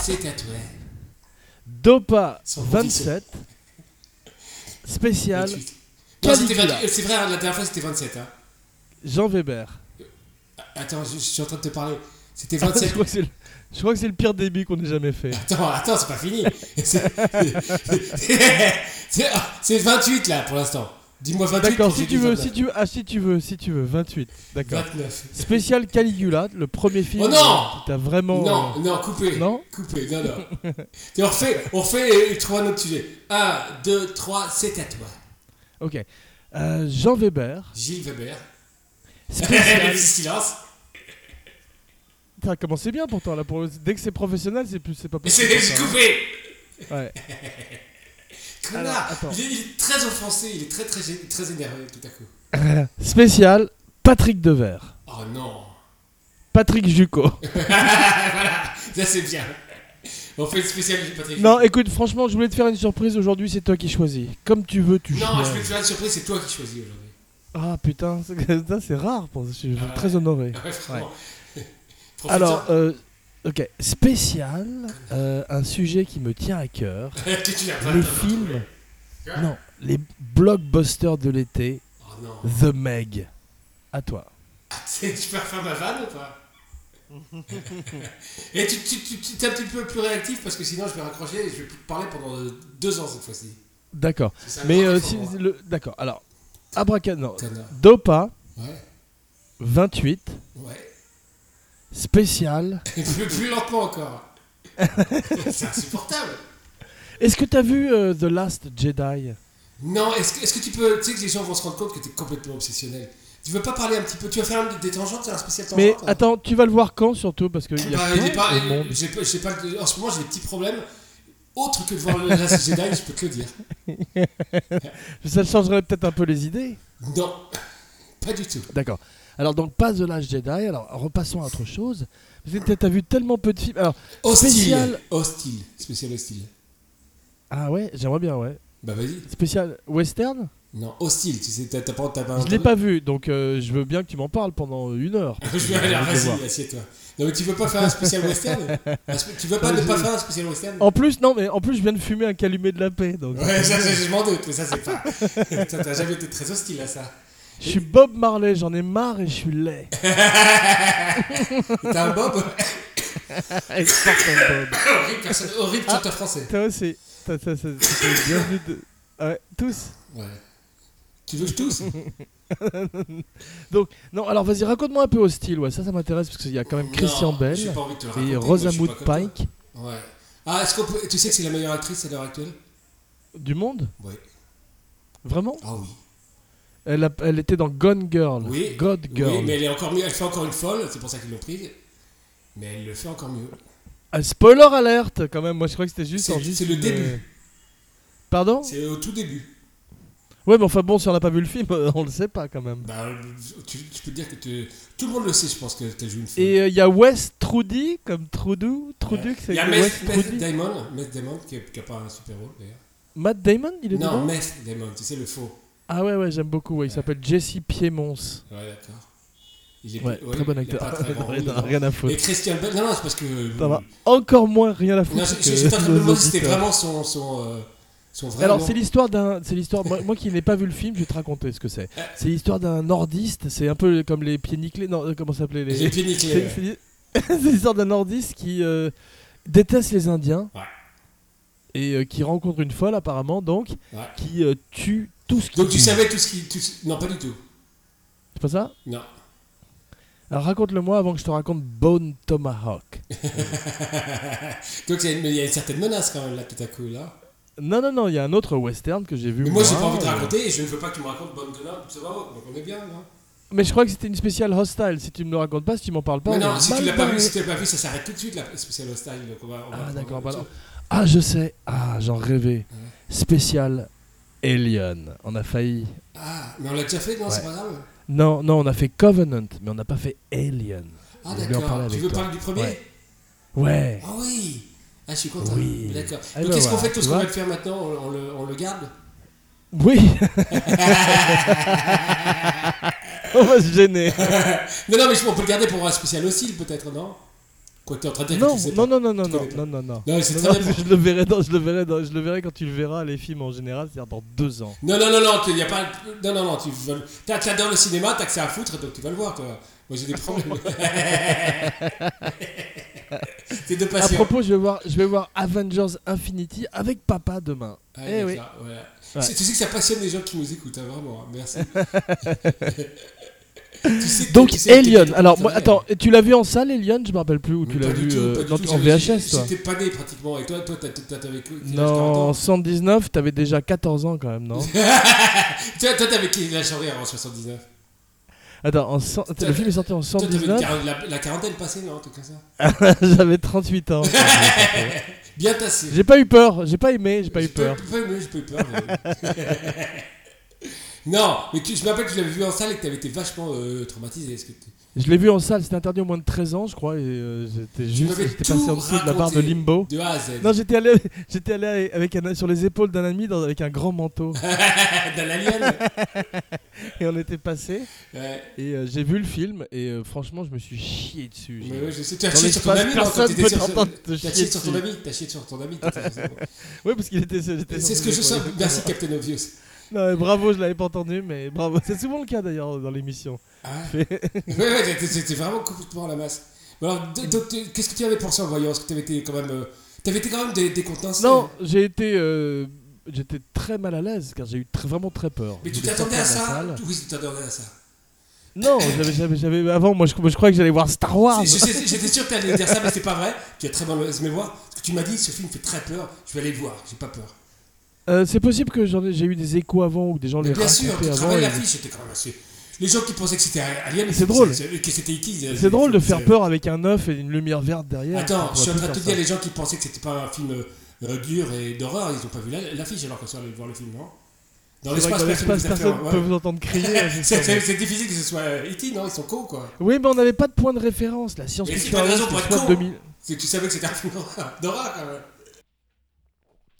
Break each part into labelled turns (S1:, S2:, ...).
S1: C'est tatoué.
S2: Dopa
S1: Sans
S2: 27, spécial
S1: Non, c'était
S2: Caligula.
S1: 20 C'est vrai, la dernière fois c'était 27. Hein.
S2: Jean Weber.
S1: Attends, je, je suis en train de te parler. C'était
S2: je
S1: 27.
S2: crois que c'est le- je crois que c'est le pire début qu'on ait jamais fait.
S1: Attends, attends, c'est pas fini. C'est- c'est c'est 28 là pour l'instant. Dis-moi 28.
S2: D'accord,
S1: puis
S2: si
S1: je
S2: tu
S1: dis
S2: veux,
S1: 29.
S2: si tu veux, ah, si tu veux, si tu veux, 28. D'accord.
S1: 29.
S2: Spécial Caligula, le premier film
S1: Oh non
S2: qui t'a vraiment.
S1: Non,
S2: euh,
S1: non, coupé.
S2: Non
S1: Coupé, non, non. Et on refait, on refait et trouve un autre sujet. 1, 2, 3, c'est à toi.
S2: Ok. Euh, Jean Weber.
S1: Gilles Weber. Le
S2: Spécial.
S1: silence.
S2: Ça commencé bien pourtant là. Pour le- Dès que c'est professionnel, c'est plus, c'est pas
S1: Et
S2: possible.
S1: c'est coupé.
S2: ça. Ouais. Alors,
S1: Connard.
S2: attends.
S1: il, est, il est très offensé, il est très, très, gê- très énervé tout à coup.
S2: Spécial Patrick Devers.
S1: Oh non.
S2: Patrick Jucot.
S1: voilà, ça c'est bien. On fait le spécial du Patrick.
S2: Non, écoute, franchement, je voulais te faire une surprise aujourd'hui, c'est toi qui choisis. Comme tu veux, tu
S1: Non, je
S2: choisis.
S1: vais te faire une surprise, c'est toi qui choisis aujourd'hui.
S2: Ah putain, c'est- ça c'est rare, pour... je suis
S1: Ah ouais.
S2: très honoré.
S1: Ouais, vraiment. Profite-en.
S2: Alors, euh, ok, spécial, euh, un sujet qui me tient à cœur,
S1: Que tu n'as pas
S2: le
S1: le temps de
S2: film,
S1: trouver.
S2: non, les blockbusters de l'été,
S1: Oh non. Ah,
S2: The Meg. À toi.
S1: C'est- Tu peux refaire ma vanne ou pas Et tu, tu, tu, tu- t'es un petit peu plus réactif parce que sinon je vais raccrocher et je vais plus te parler pendant euh, deux ans cette fois-ci.
S2: D'accord.
S1: C'est ça,
S2: Mais
S1: le
S2: euh,
S1: grand
S2: si,
S1: défaut,
S2: le- d'accord, alors, Abracad, non,
S1: Connard.
S2: Dopa,
S1: Ouais,
S2: 28,
S1: ouais.
S2: spécial.
S1: plus, plus lentement encore. c'est insupportable.
S2: Est-ce que t'as vu euh, The Last Jedi
S1: Non, est-ce que, est-ce que tu peux. Tu sais que les gens vont se rendre compte que t'es complètement obsessionnel. Tu veux pas parler un petit peu Tu vas faire un- des tangentes, un spécial tangente
S2: Mais
S1: hein
S2: attends, tu vas le voir quand surtout Parce qu'il y a
S1: Bah,
S2: plein
S1: il est pas-
S2: de monde.
S1: j'ai pas- j'ai pas le- en ce moment, j'ai des petits problèmes. Autre que de voir le Last Jedi, je peux te le dire.
S2: Ça changerait peut-être un peu les idées.
S1: Non, pas du tout.
S2: D'accord. Alors donc pas The Last Jedi, alors repassons à autre chose. Parce que T'as vu tellement peu de films. Alors,
S1: Hostile.
S2: Spécial-
S1: Hostile. Spécial hostile.
S2: ah ouais, j'aimerais bien, ouais.
S1: Bah vas-y.
S2: Spécial western
S1: Non, hostile. Tu sais, t'as t'as pas. t'as
S2: Je l'ai pas vu, donc euh, je veux bien que tu m'en parles pendant euh, une heure.
S1: Je vais aller, vas-y, assieds-toi. Non, mais tu veux pas faire un spécial western Un spé- Tu veux pas ne pas faire un spécial western
S2: En plus, non, mais en plus je viens de fumer un calumet de la paix, donc
S1: Ouais, ça, ça, je m'en doute, mais ça, c'est pas. Ça, T'as jamais été très hostile à ça.
S2: je suis Bob Marley, j'en ai marre et je suis laid.
S1: T'as un Bob
S2: Et je porte un Bob.
S1: Horrible, personne, horrible
S2: Ah.
S1: chanteur français.
S2: Toi aussi. T'as- t'as- t'as- t'as- bienvenue de- Ah Ouais, tous.
S1: Ouais. Tu veux que je tousse
S2: Non, alors vas-y, raconte-moi un peu Hostile, ouais, ça ça m'intéresse parce qu'il y a quand même Christian
S1: Non,
S2: Bell
S1: j'ai pas envie de te le raconter,
S2: et
S1: moi, je suis
S2: Rosamund
S1: pas comme toi.
S2: Pike
S1: Ouais. Ah, est-ce qu'on peut. Tu sais que c'est la meilleure actrice à l'heure actuelle
S2: du monde,
S1: Ouais.
S2: vraiment
S1: Ah oui.
S2: elle, a- elle était dans Gone Girl,
S1: Oui.
S2: God Girl.
S1: Oui, mais elle est encore mieux. Elle fait encore une folle, c'est pour ça qu'ils l'ont prise. Mais elle le fait encore mieux.
S2: Ah, spoiler alerte quand même, moi je crois que c'était juste
S1: C'est-
S2: en dix-
S1: c'est le
S2: une-
S1: début.
S2: Pardon
S1: C'est au tout début.
S2: Ouais, mais enfin bon, si on n'a pas vu le film, on le sait pas quand même.
S1: Bah, tu, tu peux dire que te- tout le monde le sait, je pense, que t'as joué une folle.
S2: Et il y a Wes Trudy comme Trudu, Trudu,
S1: Il
S2: c'est
S1: Euh, y a
S2: Wes
S1: Meth, Meth
S2: Trudy.
S1: Damon, Meth Damon qui, a- qui a pas un super rôle d'ailleurs.
S2: Matt Damon, il est
S1: Non,
S2: dedans
S1: Meth Damon, tu sais le faux.
S2: Ah ouais ouais, j'aime beaucoup, ouais, il s'appelle Jesse Piemonce.
S1: Ouais, d'accord. Il est
S2: Ouais,
S1: ouais,
S2: très bon
S1: il a
S2: acteur.
S1: pas très grand
S2: rien, à,
S1: rôle.
S2: rien à foutre.
S1: Et Christian Bale, non, non, c'est parce que.
S2: Ça va. Encore moins rien à foutre.
S1: Non, j'ai-
S2: que
S1: j'ai- j'étais en train de me
S2: nos
S1: demander si c'était
S2: auditeurs.
S1: vraiment son, son, euh, son vrai
S2: Alors
S1: nom.
S2: c'est l'histoire d'un, c'est l'histoire. Moi, moi qui n'ai pas vu le film, je vais te raconter ce que c'est. C'est l'histoire d'un nordiste. C'est un peu comme les pieds nickelés. Non, euh, comment ça s'appelait les.
S1: J'ai euh. pieds
S2: c'est,
S1: nickelés.
S2: c'est l'hi- c'est l'histoire d'un nordiste qui euh, déteste les Indiens
S1: Ouais.
S2: et euh, qui rencontre une folle apparemment donc
S1: Ouais.
S2: qui euh, tue tout ce qui.
S1: Donc tu
S2: bouge.
S1: savais tout ce qui. tout ce- Non, pas du tout.
S2: C'est pas ça
S1: Non.
S2: Alors raconte-le-moi avant que je te raconte Bone Tomahawk.
S1: Donc il y a une- mais il y a une certaine menace quand même là tout à coup là.
S2: non non non, il y a un autre western que j'ai vu.
S1: Mais moi j'ai pas envie de
S2: euh,
S1: raconter et je ne veux pas que tu me racontes Bonne Connard, ça va, donc on est bien là.
S2: Mais je crois que c'était une spéciale hostile. Si tu me le racontes pas, si tu m'en parles pas.
S1: Mais
S2: on
S1: non,
S2: est
S1: si tu
S2: mal
S1: l'as pas vu,
S2: barré.
S1: si tu l'as pas vu, ça s'arrête tout de suite la spéciale hostile. Donc on va, on va
S2: Ah
S1: prendre
S2: d'accord, bah
S1: autre chose.
S2: alors. Ah je sais, ah j'en rêvais. Spécial Alien, on a failli.
S1: Ah, mais on l'a déjà fait, non, c'est
S2: Ouais.
S1: pas grave.
S2: Non, non, on a fait Covenant, mais on n'a pas fait Alien.
S1: Ah
S2: Je voulais en
S1: d'accord,
S2: parler
S1: tu
S2: avec
S1: veux
S2: toi.
S1: parler du premier
S2: Ouais. Ouais.
S1: Ah oui Ah je suis content.
S2: Oui.
S1: D'accord.
S2: Eh
S1: Donc
S2: ben
S1: qu'est-ce qu'on
S2: voilà,
S1: fait tout
S2: tu
S1: ce qu'on va
S2: vois.
S1: le faire maintenant on, on le, on le garde
S2: Oui. on va se gêner.
S1: Ah, Non, non, mais je- on peut le garder pour un spécial hostile peut-être, non Quoi, t'es en train de dire que
S2: Non,
S1: tu sais
S2: non,
S1: pas.
S2: non, non, non,
S1: Tu
S2: non,
S1: connais
S2: non, non, non.
S1: Non, c'est
S2: Non,
S1: très
S2: non,
S1: bien.
S2: je le verrai dans- je le verrai dans- je le verrai quand tu le verras les films en général, c'est-à-dire dans deux ans.
S1: Non, non, non, non, il y a pas. Non, non, non, tu veux. t'as- T'adores le cinéma, t'as que ça à foutre, donc tu vas le voir, toi. Moi, j'ai des problèmes. T'es de
S2: À
S1: patience.
S2: propos, je vais voir, je vais voir Avengers Infinity avec papa demain.
S1: Ah,
S2: eh
S1: d'accord,
S2: oui.
S1: voilà.
S2: Ouais.
S1: C'est- Tu sais que ça passionne les gens qui nous écoutent, hein, vraiment. hein, Merci. Tu sais que-
S2: Donc
S1: tu sais que
S2: Elion,
S1: t'es-
S2: alors moi,
S1: Ouais.
S2: attends, tu l'as vu en salle Elion Je me rappelle plus où
S1: Mais
S2: tu l'as
S1: pas du
S2: vu
S1: tout,
S2: euh,
S1: pas du
S2: dans-
S1: tout,
S2: en
S1: j'avais-
S2: VHS toi.
S1: J'étais pas né pratiquement. Et toi, toi, t'as- t'as- t'avais quel âge,
S2: Non,
S1: 40?
S2: 119, t'avais déjà 14 ans quand même, non
S1: Toi, toi, t'avais quel âge horaire en 79
S2: Attends, en cent- le film est sorti en
S1: Toi, t'avais une
S2: 119,
S1: quar- la, la quarantaine passée, non, un truc comme ça.
S2: j'avais 38 ans.
S1: Bien tassé.
S2: J'ai pas eu peur, j'ai pas aimé, j'ai pas
S1: J'ai
S2: eu peur.
S1: Pas eu, j'ai pas eu peur. mais- non, mais tu, je me rappelle que tu l'avais vu en salle et que t'avais été vachement euh, traumatisé. Est-ce que tu-
S2: Je l'ai vu en salle, c'était interdit au moins de 13 ans, je crois, et euh, j'étais juste,
S1: m'avais
S2: j'étais
S1: tout
S2: passé en dessous de la barre de
S1: raconté.
S2: Limbo.
S1: De A à Z.
S2: Non, j'étais allé, j'étais allé avec un, sur les épaules d'un ami dans, avec un grand manteau,
S1: Ah, Dans l'alien.
S2: et on était passé.
S1: ouais.
S2: Et euh, j'ai vu le film, et euh, franchement, je me suis chié dessus.
S1: Mais
S2: J'ai-
S1: ouais, je sais. Tu as
S2: Dans
S1: chié sur ton
S2: l'espace,
S1: ami, non, quand
S2: personne
S1: t'étais
S2: peut
S1: sur ce-
S2: t'entendre te
S1: T'as
S2: chier
S1: chié sur ton
S2: dessus.
S1: ami, t'as chié sur ton ami. t'as chié sur ton-
S2: Ouais, parce qu'il était, j'étais sur
S1: C'est ce
S2: ses
S1: que je
S2: épaules,
S1: sens.
S2: effectivement.
S1: Merci, Captain Obvious.
S2: Non, mais bravo, je l'avais pas entendu, mais bravo. C'est souvent le cas d'ailleurs dans l'émission.
S1: Ah ouais, ouais, ouais, t'étais- t'étais vraiment complètement à la masse. Mais Alors, d- donc, tu- qu'est-ce que tu avais pensé en voyant Est-ce que t'avais été quand même, euh, t'avais été quand même dé- décontenancé
S2: Non, j'ai été, euh, j'étais très mal à l'aise car j'ai eu très- vraiment très peur.
S1: Mais
S2: Je
S1: tu
S2: voulais
S1: t'attendais à
S2: sortir de la
S1: ça
S2: salle.
S1: Oui, tu t'attendais à ça.
S2: Non, j'avais, j'avais, j'avais- avant, moi je, moi, je croyais que j'allais voir Star Wars.
S1: C'est- je sais- J'étais sûr que t'allais dire ça, mais c'est pas vrai. Tu as très mauvaise mémoire. Parce que tu m'as dit, ce film fait très peur. Je vais aller le voir. J'ai pas peur.
S2: Euh, c'est possible que j'en ai, j'ai eu des échos avant ou que des gens
S1: Mais
S2: les
S1: bien sûr, tu
S2: racontaient avant.
S1: travailles
S2: et-
S1: l'affiche. C'était quand même assez. Les gens qui pensaient que c'était Alien,
S2: C'est drôle.
S1: c'est- que c'était E.T. ils-
S2: C'est drôle de faire
S1: c'est-
S2: peur avec un œuf et une lumière verte derrière.
S1: Attends,
S2: On
S1: je suis en
S2: pourrait
S1: train de te
S2: plus
S1: dire,
S2: faire
S1: les gens qui pensaient que c'était pas un film euh, dur et d'horreur, ils ont pas vu la- l'affiche alors qu'on soit allé voir le film, non Dans
S2: ça. C'est vrai que
S1: l'espace,
S2: dans
S1: personne
S2: l'espace,
S1: ne
S2: personne ne peut vous entendre crier. hein, là, c'est
S1: C'est
S2: sûr.
S1: c'est- c'est difficile que ce soit euh, E.T., non Ils sont cons, quoi.
S2: Oui, mais on n'avait pas de point de référence. La
S1: Mais c'est
S2: science-fiction,
S1: pas une
S2: avant,
S1: raison pour
S2: c'était
S1: être
S2: soit
S1: con.
S2: 2000.
S1: C'est- Tu savais que c'était un film d'horreur- d'horreur, quand même.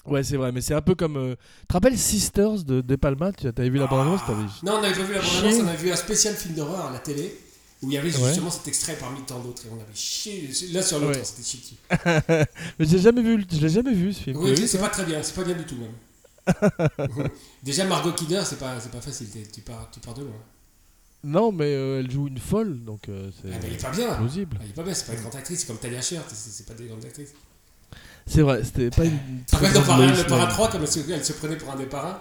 S2: Ouais, c'est vrai, mais c'est un peu comme. euh, Tu te rappelles Sisters de De Palma Tu avais vu la bande-annonce t'avais-
S1: Non, on n'avait pas vu la
S2: Chier.
S1: bande-annonce, on a vu un spécial film d'horreur à la télé où il y avait
S2: Ouais.
S1: justement cet extrait parmi tant d'autres et on avait chié là sur l'autre,
S2: Ouais.
S1: on s'était chié dessus.
S2: Mais j'ai jamais vu, le- je l'ai jamais vu ce film.
S1: Oui,
S2: Tu l'as vu
S1: c'est pas très bien, c'est pas bien du tout, même. Déjà, Margot Kidder, c'est pas, c'est pas facile, t'es- tu pars, tu pars de loin.
S2: Euh, Non, mais euh, elle joue une folle, donc euh, c'est
S1: Ah, mais il est pas bien.
S2: plausible.
S1: Elle est pas bien, c'est pas une grande actrice, c'est comme Talia Sher, c'est- c'est c'est pas des grandes actrices.
S2: C'est vrai, c'était pas une.
S1: Tu te
S2: très
S1: rappelles dans
S2: grande
S1: Parrain-
S2: Lois
S1: le Parrain
S2: Lane.
S1: 3, comme elle se, elle se prenait pour un des parrains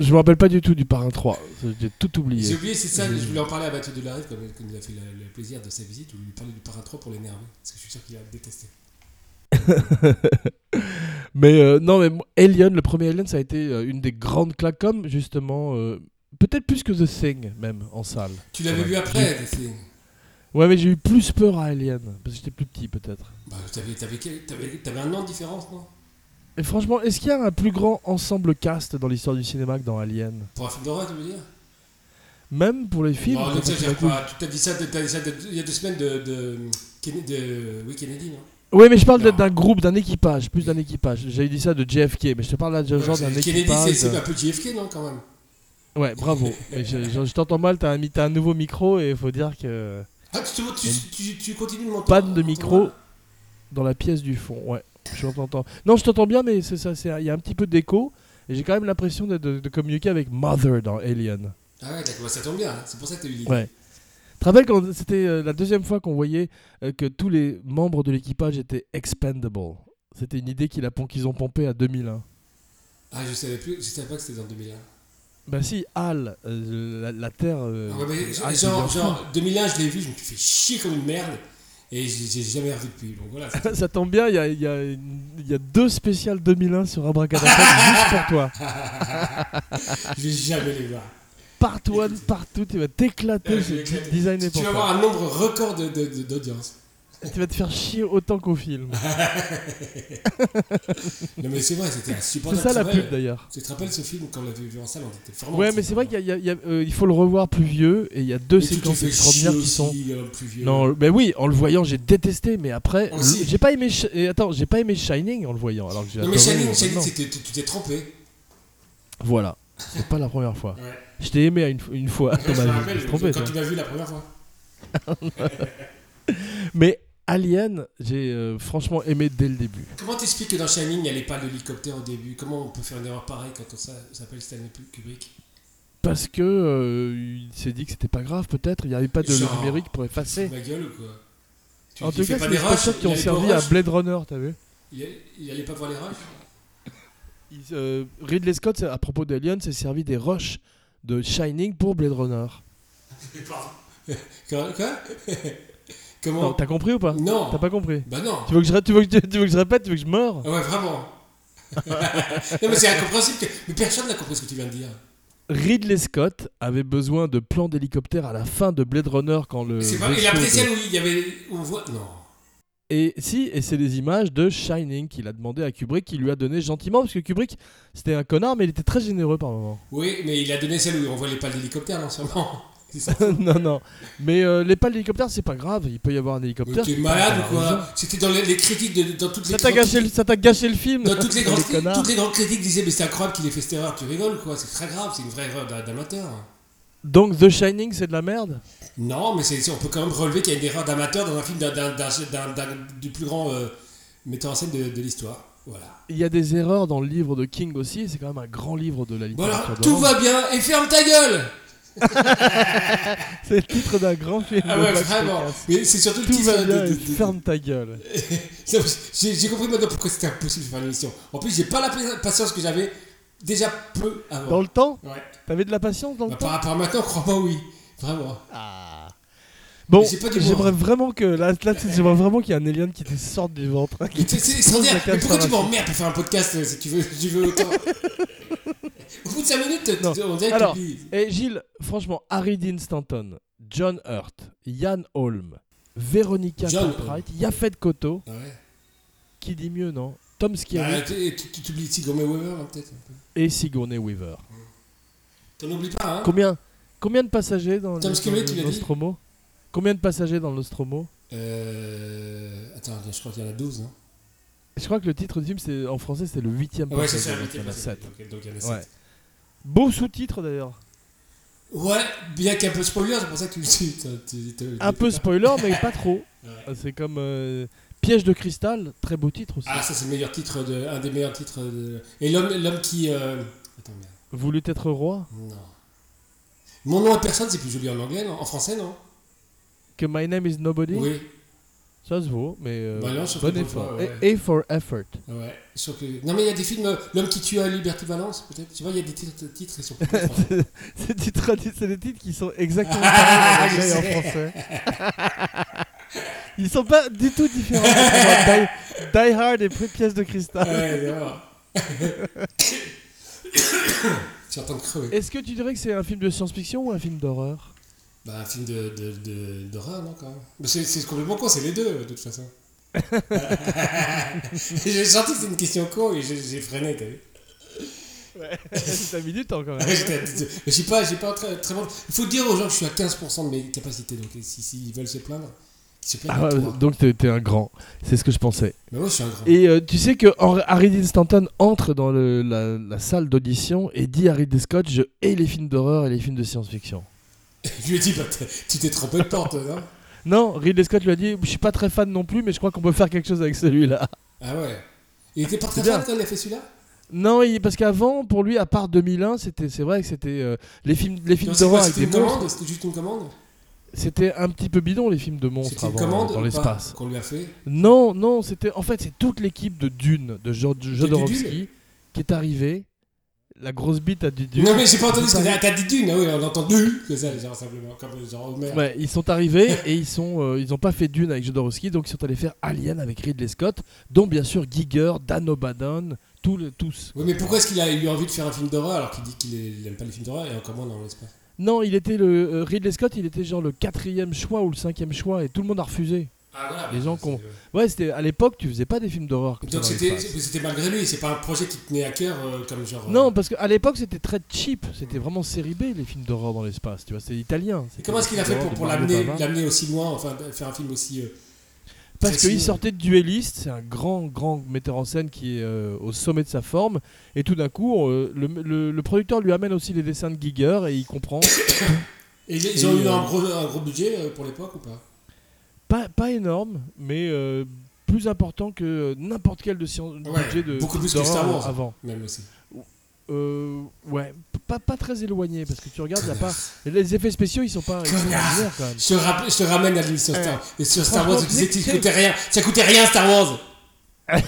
S2: Je me rappelle pas du tout du Parrain 3. J'ai tout
S1: J'ai
S2: oublié.
S1: oublié, c'est ça,
S2: J'ai-
S1: je voulais en parler à Mathieu Delarive, comme il nous a fait le, le plaisir de sa visite, où lui parler du Parrain 3 pour l'énerver, parce que je suis sûr qu'il a détesté.
S2: Mais euh, non, mais moi, Alien, le premier Alien, ça a été euh, une des grandes claques, comme justement. euh, Peut-être plus que The Thing, même, en salle.
S1: Tu l'avais
S2: Ouais.
S1: vu après, c'est...
S2: Ouais, mais j'ai eu plus peur à Alien, parce que j'étais plus petit, peut-être.
S1: Bah, t'avais, t'avais, quel- t'avais, t'avais un an de différence, non
S2: Et franchement, est-ce qu'il y a un plus grand ensemble cast dans l'histoire du cinéma que dans Alien
S1: Pour un film d'horreur, tu veux dire
S2: Même pour les films
S1: Non,
S2: quand tu
S1: n'exagère
S2: l'écoutes.
S1: pas. Tu t'as dit ça, de- t'as dit ça de- il y a deux semaines de, de, Kennedy, de- oui, Kennedy, non
S2: Oui, mais je parle de-
S1: Non.
S2: d'un groupe, d'un équipage, plus d'un équipage. J'avais dit ça de JFK, mais je te parle là de genre d'un
S1: Ouais, Kennedy,
S2: équipage.
S1: c'est, c'est un peu JFK, non, quand même
S2: Ouais, bravo. Mais je je- je t'entends mal, t'as un, mi- t'as un nouveau micro et il faut dire que.
S1: Ah, tu, te- tu, tu, tu, tu continues de m'entendre
S2: Panne de
S1: m'entendre
S2: micro
S1: mal
S2: dans la pièce du fond, ouais. Je t'entends. Non, je t'entends bien, mais c'est ça, c'est- il y a un petit peu d'écho. Et j'ai quand même l'impression de, de- de communiquer avec Mother dans Alien.
S1: Ah ouais, d'accord, bah, ça tombe bien, hein, c'est pour ça que t'as eu l'idée.
S2: Ouais. Tu te rappelles quand c'était euh, la deuxième fois qu'on voyait euh, que tous les membres de l'équipage étaient expendable C'était une idée qu'ils a pon- qu'ils ont pompée à 2001.
S1: Ah, je savais plus, je savais pas que c'était dans 2001.
S2: Bah si, Hal, euh, la, la Terre... euh,
S1: Ah ouais, mais
S2: Hal, c'est
S1: genre,
S2: bien
S1: genre, 2001, je l'ai vu, je me suis fait chier comme une merde, et je- j'ai jamais revu depuis, donc voilà. c'est-
S2: fou. Ça tombe bien, il y a, il y a une- il y a deux spéciales 2001 sur Abracadabra juste pour toi.
S1: je vais jamais les voir.
S2: Part one, partout, tu vas
S1: Euh,
S2: t'éclater,
S1: je vais
S2: c'est
S1: éclater.
S2: designé
S1: Tu
S2: pour
S1: vas
S2: toi.
S1: avoir un nombre record de- de- de- d'audience.
S2: Tu vas te faire chier autant qu'au film.
S1: Ah, Non mais c'est vrai, c'était
S2: C'est
S1: insupportable.
S2: ça la
S1: Tu te
S2: pub d'ailleurs.
S1: rappelles- Tu te rappelles ce film quand on l'avait vu en salle, on était vraiment.
S2: Ouais, mais c'est vrai qu'il y a- il y a- euh, il faut le revoir plus vieux et il y a deux
S1: Et tu te
S2: séquences
S1: fais
S2: extraordinaires
S1: chier
S2: qui sont...
S1: aussi, euh, plus vieux.
S2: Non, mais oui, en le voyant, j'ai détesté, mais après,
S1: Aussi.
S2: le- j'ai pas aimé. Sh- et attends, j'ai pas aimé Shining en le voyant, alors que j'ai
S1: Non, mais
S2: adoré,
S1: Shining,
S2: euh,
S1: Shining,
S2: maintenant.
S1: c'était- tu tu t'es trompé.
S2: Voilà, c'est pas la première fois.
S1: Ouais.
S2: Je t'ai aimé à une, une fois
S1: Ouais,
S2: dans
S1: je me
S2: ma vie, je me
S1: rappelle
S2: suis trompé,
S1: quand
S2: tu
S1: tu m'as vu la première fois.
S2: vois. Mais Alien, j'ai euh, franchement aimé dès le début.
S1: Comment t'expliques que dans Shining, il n'y avait pas l'hélicoptère au début Comment on peut faire une erreur pareille quand on s'a- s'appelle Stanley Kubrick
S2: Parce que euh, il s'est dit que c'était pas grave, peut-être. Il n'y avait pas de
S1: Genre.
S2: numérique pour
S1: C'est
S2: effacer.
S1: ma gueule ou quoi tu,
S2: En
S1: tu
S2: tout
S1: fais
S2: cas,
S1: pas
S2: c'est
S1: des
S2: des
S1: rushs
S2: spectateurs qui
S1: Il
S2: ont
S1: allait pas
S2: servi
S1: aux
S2: à
S1: rushs
S2: Blade Runner, t'as vu
S1: Il allait- Il allait pas voir les rushs
S2: Il- euh, Ridley Scott, à propos d'Alien, s'est servi des rushs de Shining pour Blade Runner.
S1: Pardon. Quoi, quoi
S2: Non,
S1: Comment
S2: T'as compris ou pas
S1: Non
S2: T'as pas compris
S1: Bah non
S2: tu veux, que je, ré- tu, veux que, je- tu veux que je répète Tu veux que je meure
S1: Ah Ouais, vraiment Non, mais c'est incompréhensible que... Mais personne n'a compris ce que tu viens de dire.
S2: Euh, Ridley Scott avait besoin de plans d'hélicoptère à la fin de Blade Runner quand le.
S1: c'est pas... Et la
S2: vaisseau de-
S1: précelle où il y avait... où on voit... Non.
S2: Et si, et c'est des images de Shining qu'il a demandé à Kubrick, qu'il lui a donné gentiment, parce que Kubrick, c'était un connard, mais il était très généreux par moment.
S1: Oui, mais il a donné celle où on voit les pales d'hélicoptère, non seulement. C'est ça.
S2: non, non. Mais euh, les pales d'hélicoptère, c'est pas grave, il peut y avoir un hélicoptère.
S1: Mais T'es
S2: c'est
S1: malade
S2: pas
S1: ou quoi
S2: grave.
S1: C'était dans les, les critiques, de, dans toutes les
S2: ça t'a
S1: grandes-
S2: gâché, le- ça t'a gâché le film
S1: Dans toutes les, grandes,
S2: Les connards.
S1: toutes les grandes critiques disaient mais c'est incroyable qu'il ait fait cette erreur, tu rigoles ou quoi C'est très grave, c'est une vraie erreur d'a- d'amateur. hein.
S2: Donc The Shining, c'est de la merde
S1: Non, mais c'est- c'est- on peut quand même relever qu'il y a une erreur d'amateur dans un film d'un- d'un- d'un- d'un- d'un- du plus grand euh, metteur en scène de, de l'histoire. Voilà.
S2: Il y a des erreurs dans le livre de King aussi, et c'est quand même un grand livre de la
S1: Bon
S2: littérature.
S1: alors, tout
S2: d'horreur.
S1: va bien et ferme ta gueule
S2: C'est le titre d'un grand film.
S1: Ah
S2: de
S1: ouais,
S2: Max
S1: vraiment
S2: Lucas.
S1: Mais c'est surtout le
S2: Tout
S1: titre
S2: va
S1: de-
S2: bien,
S1: de-
S2: et
S1: de-
S2: ferme ta gueule.
S1: Ça, J'ai j'ai compris maintenant pourquoi c'était impossible de faire l'émission. En plus, j'ai pas la pa- patience que j'avais déjà peu
S2: Dans
S1: avant.
S2: le temps
S1: Ouais.
S2: T'avais de la patience dans le
S1: Bah,
S2: temps Ah.
S1: par rapport à maintenant, crois-moi, oui. Vraiment.
S2: Bon,
S1: Mais c'est pas du bon.
S2: j'aimerais vraiment que là, là tu- j'aimerais vraiment qu'il y ait un alien qui te sorte du ventre.
S1: Mais t'es- C'est extraordinaire.
S2: Chacun
S1: Mais pourquoi tu
S2: travaille.
S1: m'emmerdes pour faire un podcast euh, si tu veux, tu veux autant Au bout de 5 minutes, tu-
S2: Non.
S1: tu- on dirait que
S2: Alors.
S1: t'oublies.
S2: Et Gilles, franchement, Harry Dean Stanton, John Hurt, Ian Holm, Veronica
S1: John
S2: Cartwright, Yafet Koto,
S1: Ah Ouais.
S2: qui dit mieux, non Tom
S1: Ah,
S2: Skerritt
S1: tu tu- tu oublies Sigourney Weaver, hein, peut-être. un peu.
S2: et Sigourney Weaver.
S1: T'en oublies pas, hein
S2: Combien, combien de passagers dans
S1: Tom
S2: le,
S1: Skerritt,
S2: dans
S1: tu
S2: le
S1: l'as dit
S2: Nostromo Combien de passagers dans le Nostromo
S1: Euh. Attends, je crois qu'il y en a hein. 12, non
S2: Je crois que le titre du film, c'est, en français, c'est le huitième
S1: Ah Ouais, c'est
S2: passager.
S1: ça,
S2: donc il y en a sept.
S1: Donc donc il y en a
S2: Ouais.
S1: 7.
S2: Beau sous-titre d'ailleurs.
S1: Ouais, bien qu'un peu spoiler, c'est pour ça que tu tu- tu-
S2: Un peu spoiler, mais pas trop.
S1: Ouais.
S2: C'est comme euh, Piège de cristal, très beau titre aussi.
S1: Ah, ça c'est le meilleur titre, de, un des meilleurs titres. De... Et l'homme, l'homme qui. euh, Attends, merde.
S2: Voulut être roi
S1: Non. Mon nom à personne, c'est plus joli en anglais, non En français, non
S2: Que My Name is Nobody
S1: Oui.
S2: Ça se vaut, mais euh,
S1: Bah non, ça
S2: bon
S1: fait
S2: effort.
S1: pas, ouais.
S2: Et, et for effort.
S1: Ouais. Sauf que... Non, mais il y a des films. euh, L'homme qui tue à Liberty Valence, peut-être. Tu vois, il y a des titres, titres ils sont pas très forts.
S2: c'est, des titres- c'est des titres qui sont exactement
S1: Ah,
S2: pareils en anglais et
S1: je sais.
S2: en français. Ils sont pas du tout différents. Die, Die Hard et Pièce de cristal.
S1: Ouais, d'accord. Je suis en train de crever.
S2: Est-ce que tu dirais que c'est un film de science-fiction ou un film d'horreur
S1: Bah, un film de, de, de, d'horreur, non, quand même. Mais c'est, c'est complètement con, c'est les deux, de toute façon. j'ai senti que c'était une question con et j'ai, j'ai freiné, t'as vu
S2: C'est ta minute hein, encore.
S1: Ouais, j'étais à- Je suis pas, j'ai pas très, très bon. Il faut dire aux gens que je suis à 15% de mes capacités. Donc, s'ils si, s'ils veulent se plaindre, qu'ils se plaignent.
S2: Ah ouais,
S1: de toi.
S2: donc t'es, t'es un grand. C'est ce que je pensais.
S1: Mais moi, je suis un grand.
S2: Et euh, tu sais que Henry- Harry Dean Stanton entre dans le- la, la salle d'audition et dit à Ridley Scott Je hais les films d'horreur et les films de science-fiction.
S1: Je lui ai dit, bah, t'es- tu t'es trompé de porte, non
S2: Non, Ridley Scott lui a dit Je suis pas très fan non plus, mais je crois qu'on peut faire quelque chose avec celui-là.
S1: Ah ouais. Il était pas très
S2: C'est
S1: fan
S2: bien.
S1: quand il a fait celui-là
S2: Non, il- parce qu'avant, pour lui, à part 2001, c'était, c'est vrai que c'était euh, les films, les films
S1: Non, c'est quoi,
S2: d'horreur avec
S1: C'était
S2: des
S1: une
S2: monstres.
S1: commande C'était juste une commande
S2: C'était un petit peu bidon, les films de monstres
S1: C'était
S2: avant,
S1: une commande
S2: euh,
S1: ou
S2: dans
S1: pas
S2: l'espace.
S1: qu'on lui a fait.
S2: Non, non, c'était en fait c'est toute l'équipe de Dune de Jo- de
S1: Dune
S2: Jodorowsky qui est arrivée. La grosse bite à du Dune.
S1: Non, mais j'ai pas entendu
S2: Ils
S1: ce que
S2: sont
S1: t'as t'as dit d'une. Ah oui, on entend du que ça, genre simplement. Comme genre oh, Homer.
S2: Ouais, ils sont arrivés et ils sont, euh, ils ont pas fait Dune avec Jodorowsky, donc ils sont allés faire Alien avec Ridley Scott, dont bien sûr Giger, Dan O'Bannon, tous le- tous.
S1: Oui, mais pourquoi est-ce qu'il a eu envie de faire un film d'horreur alors qu'il dit qu'il est- il aime pas les films d'horreur et encore moins dans l'espace
S2: Non, il était le euh, Ridley Scott, il était genre le quatrième choix ou le cinquième choix et tout le monde a refusé.
S1: Ah, voilà.
S2: Les gens qu'on- Ouais, c'était à l'époque, tu faisais pas des films d'horreur comme ça
S1: Donc
S2: dans
S1: c'était
S2: l'espace.
S1: c'était malgré lui, c'est pas un projet qui tenait à cœur euh, comme genre. euh,
S2: Non, parce qu'à l'époque c'était très cheap, c'était vraiment série B les films d'horreur dans l'espace, tu vois, c'est italien.
S1: Et comment est-ce qu'il a fait pour, pour
S2: C'était des
S1: l'amener
S2: films d'horreur de Mario Bava.
S1: l'amener aussi loin, enfin faire un film aussi. euh,
S2: Parce
S1: précis,
S2: qu'il
S1: euh,
S2: sortait de Duelist, c'est un grand, grand metteur en scène qui est euh, au sommet de sa forme. Et tout d'un coup, euh, le, le- le producteur lui amène aussi les dessins de Giger et il comprend.
S1: Et ils, ils ont
S2: et,
S1: eu un
S2: euh,
S1: gros, un gros budget euh, pour l'époque ou pas
S2: pas, pas énorme, mais euh, plus important que euh, n'importe quel de science,
S1: Ouais,
S2: budget de
S1: beaucoup plus que
S2: d'horreur
S1: Star Wars.
S2: avant.
S1: Même aussi.
S2: Euh, ouais, p- pas, pas très éloigné parce que tu regardes, y a pas les effets spéciaux, ils sont pas
S1: Connard.
S2: extraordinaires quand même.
S1: Je te, rapp- je te ramène à l'île sur Star Et sur Star Wars,
S2: franchement,
S1: tu disais que ça
S2: Netflix-
S1: coûtait rien. Ça coûtait rien, Star Wars.
S3: Ça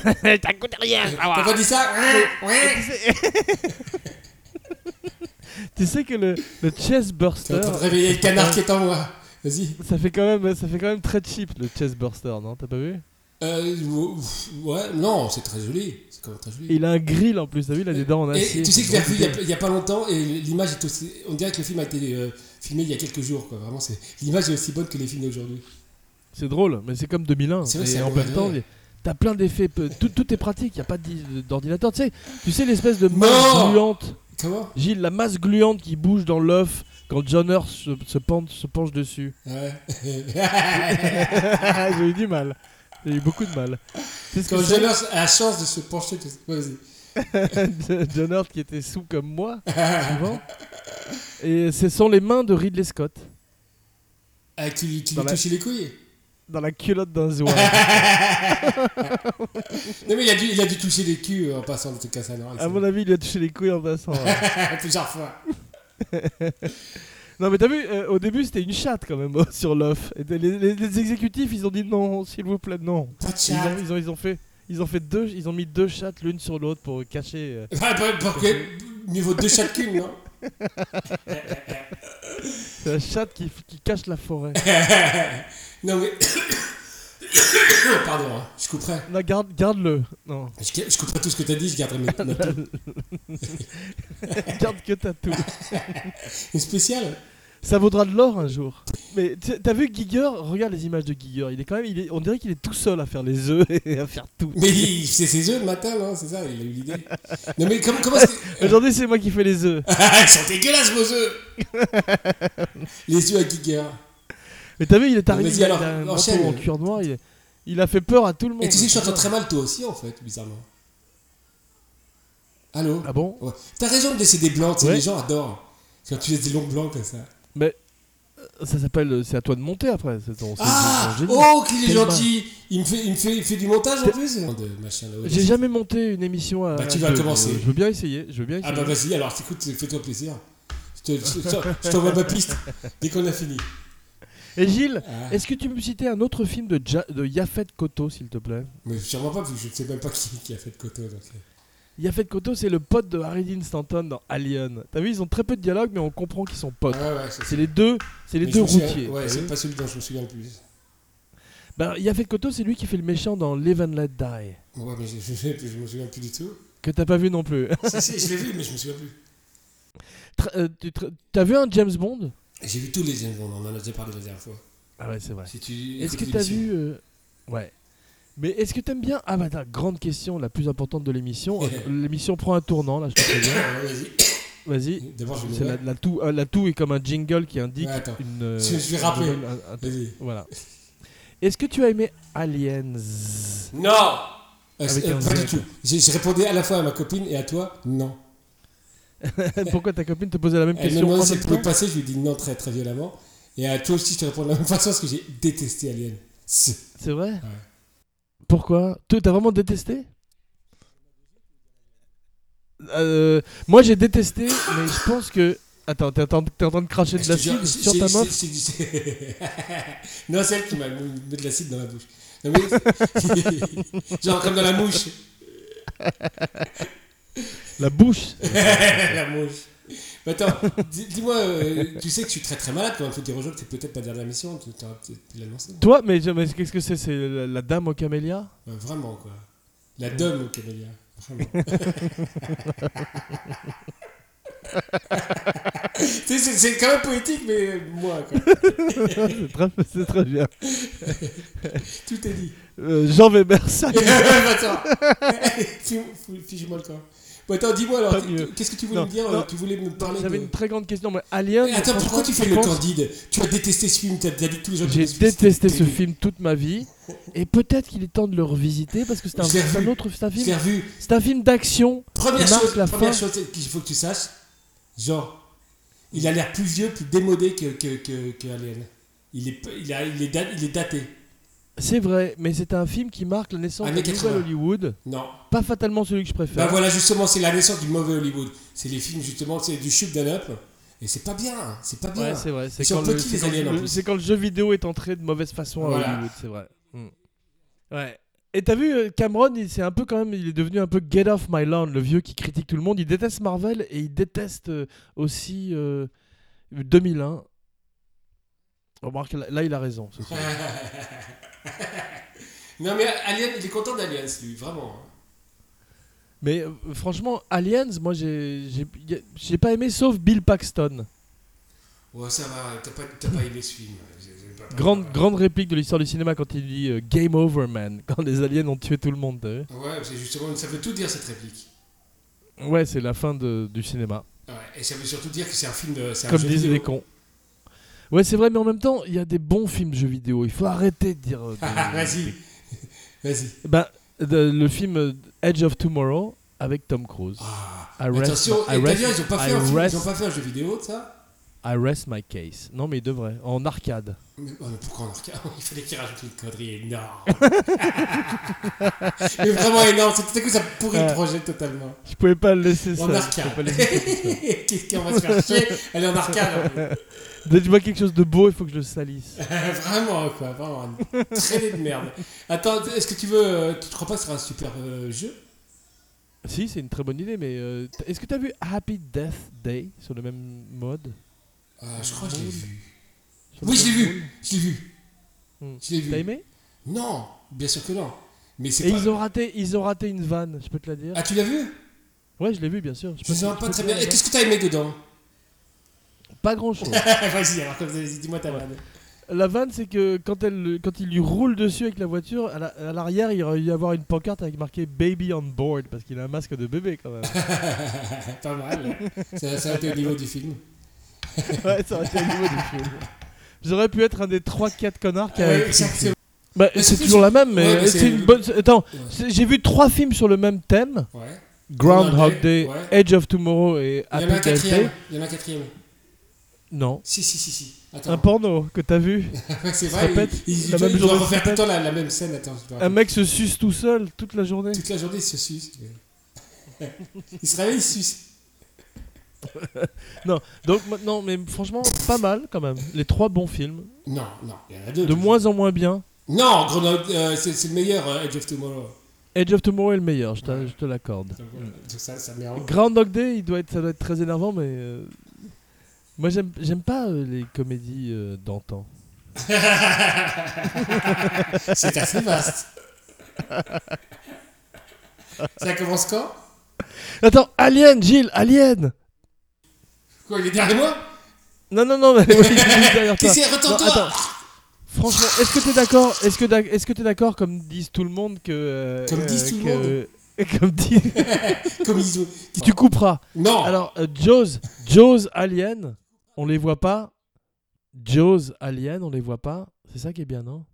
S3: coûte rien, ça
S1: T'as
S3: va.
S1: pas dit ça
S2: Tu sais- tu sais que le, le chest
S1: T'es
S2: burster,
S1: en train de réveiller le canard qui est en moi. Vas-y.
S2: ça fait quand même, ça fait quand même très cheap le chest burster, non T'as pas vu
S1: Euh, ouf, ouais, non, c'est très joli. C'est quand même très
S2: Et
S1: joli.
S2: Il a un grill en plus, t'as vu Il a des dents en acier.
S1: Et tu sais que je l'ai revu il y a-
S2: Ouais,
S1: il n'y a, pas longtemps et l'image est aussi. On dirait que le film a été euh, filmé il y a quelques jours. Quoi. Vraiment, c'est- l'image est aussi bonne que les films d'aujourd'hui.
S2: C'est drôle, mais c'est comme 2001.
S1: C'est vrai,
S2: Et
S1: c'est
S2: en
S1: vrai,
S2: même temps,
S1: ouais.
S2: t'as plein d'effets, peu- tout, tout est pratique. Y a pas d'i- d'ordinateur. Tu sais, tu sais l'espèce de masse
S1: Mort
S2: gluante,
S1: Comment
S2: Gilles, la masse gluante qui bouge dans l'œuf quand John Hurt se, se penche- se penche dessus.
S1: Ouais.
S2: J'ai eu du mal. J'ai eu beaucoup de mal. C'est ce que
S1: Quand
S2: c'est,
S1: Jonas a la chance de se pencher. de- ouais, Vas-y.
S2: John Hurt qui était sous comme moi, souvent. Et ce sont les mains de Ridley Scott
S1: Ah, tu tu
S2: Dans
S1: lui
S2: la-
S1: touches les couilles
S2: dans la culotte d'un zouan.
S1: Non, mais il a dû, il a dû toucher les culs en passant de ce cas à
S2: à mon avis, il lui a touché les couilles en passant. hein. ouais.
S1: Plusieurs fois.
S2: Non mais t'as vu, euh, au début c'était une chatte quand même sur l'off. Et Les, les- les exécutifs ils ont dit non, s'il vous plaît, non.
S1: Pas de
S2: Ils
S1: chat.
S2: ont, ils, ont, ils ont fait, ils ont fait deux, ils ont mis deux chattes l'une sur l'autre pour cacher. euh.
S1: Bah, bah, pour que- Niveau 2 chacune, non
S2: C'est la chatte qui, qui cache la forêt.
S1: Non, mais. Pardon, hein, je couperai.
S2: Non, garde, garde-le. Non,
S1: Je, je couperai tout ce que t'as dit, je garderai mes notes.
S2: garde que t'as tout.
S1: Une spéciale
S2: Ça vaudra de l'or un jour. Mais tu- t'as vu Giger Regarde les images de Giger. Il est quand même, il est- on dirait qu'il est tout seul à faire les œufs et à faire tout.
S1: Mais il faisait ses œufs le matin, non C'est ça, il a eu l'idée. Non, mais comment, comment est-ce que.
S2: Aujourd'hui c'est moi qui fais les œufs.
S1: Ah, ils sont dégueulasses, vos œufs Les œufs à Giger.
S2: Mais t'as vu, il est arrivé
S1: vas-y,
S2: il a
S1: alors,
S2: un manteau
S1: enchaîne.
S2: en cuir noir. Il, il a fait peur à tout le monde.
S1: Et tu sais que je t'entends très mal, toi aussi, en fait, bizarrement. Allô
S2: Ah bon
S1: Ouais. T'as raison de laisser des blancs, tu sais,
S2: Ouais.
S1: les gens adorent. Quand tu laisses des longs blancs comme ça.
S2: Ça s'appelle. euh, C'est à toi de monter après. C'est ton. c'est
S1: Ah
S2: ton génie.
S1: Oh, qu'il est
S2: Tellement.
S1: gentil Il me fait, il me fait, il fait du montage en
S2: T'es-
S1: plus De machin, là, ouais.
S2: J'ai jamais monté une émission à.
S1: Bah, tu
S2: à
S1: vas
S2: deux,
S1: commencer.
S2: mais Je veux bien essayer. Je veux bien
S1: Ah
S2: essayer.
S1: bah vas-y, alors écoute, fais-toi plaisir. Je te- je- je- je t'envoie ma piste dès qu'on a fini.
S2: Et Gilles,
S1: Ah,
S2: est-ce que tu peux me citer un autre film de, Ja- de Yafet Koto, s'il te plaît
S1: mais sûrement pas, vu que je ne sais même pas qui, qui a fait de Koto. donc, euh.
S2: Yafet Koto, c'est le pote de Harry Dean Stanton dans Alien. T'as vu, ils ont très peu de dialogue, mais on comprend qu'ils sont potes.
S1: Ah ouais, ouais, c'est
S2: C'est les deux, c'est les
S1: mais je
S2: deux
S1: me souviens-
S2: routiers. Ah
S1: Ouais,
S2: t'as
S1: c'est
S2: vu
S1: pas celui dont je me souviens le plus.
S2: Ben, Yafet Koto, c'est lui qui fait le méchant dans Live and Let Die,
S1: Ouais, mais je, je, je- je me souviens plus du tout.
S2: que t'as pas vu non plus.
S1: si, si, je l'ai vu, mais je me souviens plus.
S2: Tr- euh, tu tr- T'as vu un James Bond
S1: J'ai vu tous les James Bond, on en a déjà parlé la dernière fois.
S2: Ah ouais, c'est vrai.
S1: Si tu
S2: Est-ce que
S1: écoutes
S2: t'as
S1: l'émission.
S2: vu euh, Ouais. Mais est-ce que t'aimes bien Ah bah attends, grande question, la plus importante de l'émission. Euh, l'émission prend un tournant là, je te préviens.
S1: Ah, Vas-y.
S2: Vas-y.
S1: D'abord, je
S2: C'est
S1: vais
S2: la, la toux, euh, la toux est comme un jingle qui indique
S1: Ouais, attends.
S2: une. euh,
S1: Je- je vais rappeler.
S2: une- un- un-
S1: Vas-y.
S2: voilà. Est-ce que tu as aimé Aliens
S1: Non
S2: Avec un
S1: Pas
S2: Z.
S1: du tout. J'ai j'ai répondu à la fois à ma copine et à toi, non.
S2: Pourquoi ta copine te posait la même
S1: Elle me
S2: question en
S1: demandait si
S2: même
S1: elle pouvait
S2: temps
S1: passer, je lui ai dit non très très violemment. Et à toi aussi, je te réponds de la même façon parce que j'ai détesté Alien. C'est-
S2: C'est vrai Pourquoi Toi, t'as vraiment détesté Euh, Moi, j'ai détesté, mais je pense que. Attends, t'es en train de- t'es en train de cracher de
S1: Je te jure,
S2: l'acide
S1: c'est-
S2: sur ta
S1: c'est-
S2: meuf
S1: c'est- c'est- c'est- Non, c'est elle qui m'a mis de l'acide dans la bouche. Non, mais- Genre comme dans la mouche.
S2: La bouche
S1: la mouche. Mais attends, dis- dis-moi, euh, tu sais que je suis très très malade quand même. Faut dire aux gens que c'est peut-être ma dernière mission. Tu aurais peut-être pu la lancer.
S2: Toi, mais, mais qu'est-ce que c'est C'est la, la dame au camélia
S1: Ouais, vraiment quoi. La dame au camélia. Vraiment. Tu sais, c'est c'est quand même poétique, mais euh, moi quoi.
S2: C'est très, c'est très bien.
S1: Tout est dit.
S2: Euh, Jean Weber, ça.
S1: attends. Fige- Fige-moi le corps. Bon, attends, dis-moi alors,
S2: Pas mieux.
S1: qu'est-ce que tu voulais
S2: Non,
S1: me dire euh,
S2: non.
S1: Tu voulais me parler de...
S2: J'avais une très grande question. Moi, Alien.
S1: Eh, Attends, pourquoi
S2: franchement,
S1: tu
S2: je
S1: fais le
S2: pense-
S1: candide Tu as détesté ce film, t'as t'as dit tous les gens
S2: J'ai
S1: qui l'ont vu, c'était
S2: détesté ce
S1: terrible.
S2: film toute ma vie. Et peut-être qu'il est temps de le revisiter parce que c'est un,
S1: Je l'ai
S2: c'est un
S1: revu.
S2: autre c'est un
S1: Je
S2: film.
S1: l'ai revu.
S2: C'est un film d'action.
S1: Première
S2: Il marque
S1: chose,
S2: la
S1: première
S2: fin.
S1: chose qu'il faut que tu saches, genre, il a l'air plus vieux, plus démodé que, que, que, que Alien. Il est, il, a- il est, da- il est daté.
S2: C'est vrai, mais c'est un film qui marque la naissance
S1: Années
S2: de nouvel
S1: 80.
S2: Hollywood.
S1: Non.
S2: Pas fatalement celui que je préfère.
S1: Bah voilà, justement, c'est la naissance du mauvais Hollywood. C'est les films, justement, c'est du shoot up. Et c'est pas bien, hein, c'est pas bien.
S2: Ouais, c'est vrai. C'est
S1: Ils sont
S2: quand, le,
S1: petits,
S2: c'est
S1: les
S2: quand
S1: aliens, en
S2: le-
S1: plus.
S2: c'est quand le jeu vidéo est entré de mauvaise façon à
S1: Voilà.
S2: Hollywood, c'est vrai. Mm. Ouais. Et t'as vu, euh, Cameron, il- c'est un peu quand même, il est devenu un peu get off my lawn, le vieux qui critique tout le monde. Il déteste Marvel et il déteste euh, aussi euh, 2001. Remarque, là, là, il a raison. ce soir.
S1: non, mais Alien, il est content d'Aliens, lui, vraiment.
S2: Mais euh, franchement, Aliens, moi, j'ai j'ai- y a- j'ai pas aimé, sauf Bill Paxton.
S1: Ouais, ça va, t'as pas, t'as pas aimé ce film. J'ai- j'ai pas-
S2: Grande, grande réplique de l'histoire du cinéma quand il dit euh, Game over, man, quand les aliens ont tué tout le monde. t'as vu
S1: Ouais, c'est justement, ça veut tout dire, cette réplique.
S2: Ouais, c'est la fin de- du cinéma.
S1: Ouais, et ça veut surtout dire que c'est un film de. c'est un
S2: Comme
S1: jeu
S2: disent
S1: vidéo.
S2: les cons. Ouais, c'est vrai, mais en même temps, il y a des bons films jeux vidéo. Il faut arrêter de dire. euh, des-
S1: Ah, Vas-y, vas-y.
S2: des- Ben, de- le film euh, Edge of Tomorrow avec Tom Cruise.
S1: Ah,
S2: I rest
S1: attention,
S2: my-
S1: les
S2: I rest-
S1: Italiens, ils ont pas,
S2: I
S1: fait un film,
S2: rest-
S1: ils ont pas fait un jeu vidéo de ça
S2: I rest my case. Non, mais il devrait. En arcade.
S1: mais, oh, mais pourquoi en arcade Il fallait qu'ils rajoutent une connerie énorme. mais vraiment énorme, c'est tout à coup, ça pourrit le
S2: Ouais.
S1: projet totalement.
S2: Je pouvais pas le laisser ça.
S1: En arcade.
S2: Je pouvais pas le laisser ça.
S1: Qu'est-ce qu'on va se faire chier Elle est en arcade.
S2: Dès que je vois quelque chose de beau, il faut que je le salisse.
S1: hein. vraiment, quoi, vraiment. Une traînée de merde. Attends, est-ce que tu veux. euh, Tu te crois pas que ce sera un super euh, jeu
S2: si, c'est une très bonne idée, mais euh, t- est-ce que t'as vu Happy Death Day sur le même mode
S1: Euh, Je crois que je l'ai vu.
S2: Sur le
S1: Oui, je l'ai
S2: même
S1: vu Je l'ai vu
S2: Hmm.
S1: Je l'ai
S2: rôle T'as
S1: vu.
S2: aimé
S1: Non, bien sûr que non. Mais c'est
S2: Et
S1: pas.
S2: ils ont raté, ils ont raté une vanne. Je peux te la dire.
S1: Ah, tu l'as vu
S2: Ouais, je l'ai vu, bien sûr.
S1: Je me
S2: peux-
S1: souviens
S2: peux
S1: pas très
S2: te
S1: bien.
S2: la
S1: Et
S2: dire.
S1: qu'est-ce que t'as aimé dedans
S2: Pas grand chose.
S1: Vas-y, alors comme ça, vas-y, dis-moi ta
S2: Ouais.
S1: vanne.
S2: la vanne, c'est que quand, elle, le- quand il lui roule dessus avec la voiture, à la- à l'arrière, il aurait dû y avoir une pancarte avec marqué Baby on board parce qu'il a un masque de bébé quand même.
S1: pas mal. Hein Ça, ça a été au niveau du film.
S2: ouais, ça aurait été le niveau du film. J'aurais pu être un des 3-4 connards qui
S1: Ouais,
S2: avait.
S1: exactement.
S2: Bah,
S1: Mais
S2: c'est
S1: c'est-
S2: toujours la même, mais,
S1: Ouais, mais
S2: c'est
S1: c'est-
S2: une bonne. Attends,
S1: Ouais.
S2: c'est- j'ai vu trois films sur le même thème
S1: Ouais.
S2: Groundhog Day,
S1: Ouais.
S2: Edge of Tomorrow et
S1: Il y
S2: Happy
S1: en a un
S2: Death Day.
S1: quatrième. Il y en a un quatrième.
S2: Non.
S1: Si, si, si, si.
S2: Un
S1: Attends.
S2: porno que t'as vu
S1: c'est
S2: se
S1: vrai,
S2: répète,
S1: il, il,
S2: la
S1: doit-
S2: même
S1: il doit
S2: journée
S1: refaire
S2: se
S1: tout le temps la, la même scène. Attends, je dois
S2: Un mec se suce tout seul toute la journée.
S1: Toute la journée, il se suce. il se réveille, il se suce.
S2: Donc maintenant, mais franchement, pas mal quand même. Les trois bons films.
S1: Non, non, il y en a deux.
S2: De moins en moins bien.
S1: Non, Grenoble, euh, c'est c'est le meilleur, euh, Edge of Tomorrow.
S2: Edge of Tomorrow est le meilleur, je, t'a- je te l'accorde.
S1: Donc, voilà. Donc ça, ça met en...
S2: Groundhog Day, il doit être, ça doit être très énervant, mais. euh, Moi, j'aime j'aime pas euh, les comédies euh, d'antan.
S1: C'est assez vaste. ça commence quand
S2: Attends, Alien, Gilles, Alien
S1: Quoi, il est derrière moi
S2: Non, non, non, mais oui, je suis derrière
S1: Qui
S2: toi.
S1: c'est
S2: Non,
S1: Retourne-toi
S2: attends. Franchement, est-ce que t'es d'accord Est-ce que d'ac- est-ce que t'es d'accord comme disent tout le monde que euh,
S1: Comme disent tout le
S2: que- euh, comme dit-
S1: Comme ils ont-
S2: tu couperas.
S1: Non
S2: Alors euh, Jaws, Jaws Alien, on les voit pas. Jaws Alien, on les voit pas. C'est ça qui est bien, non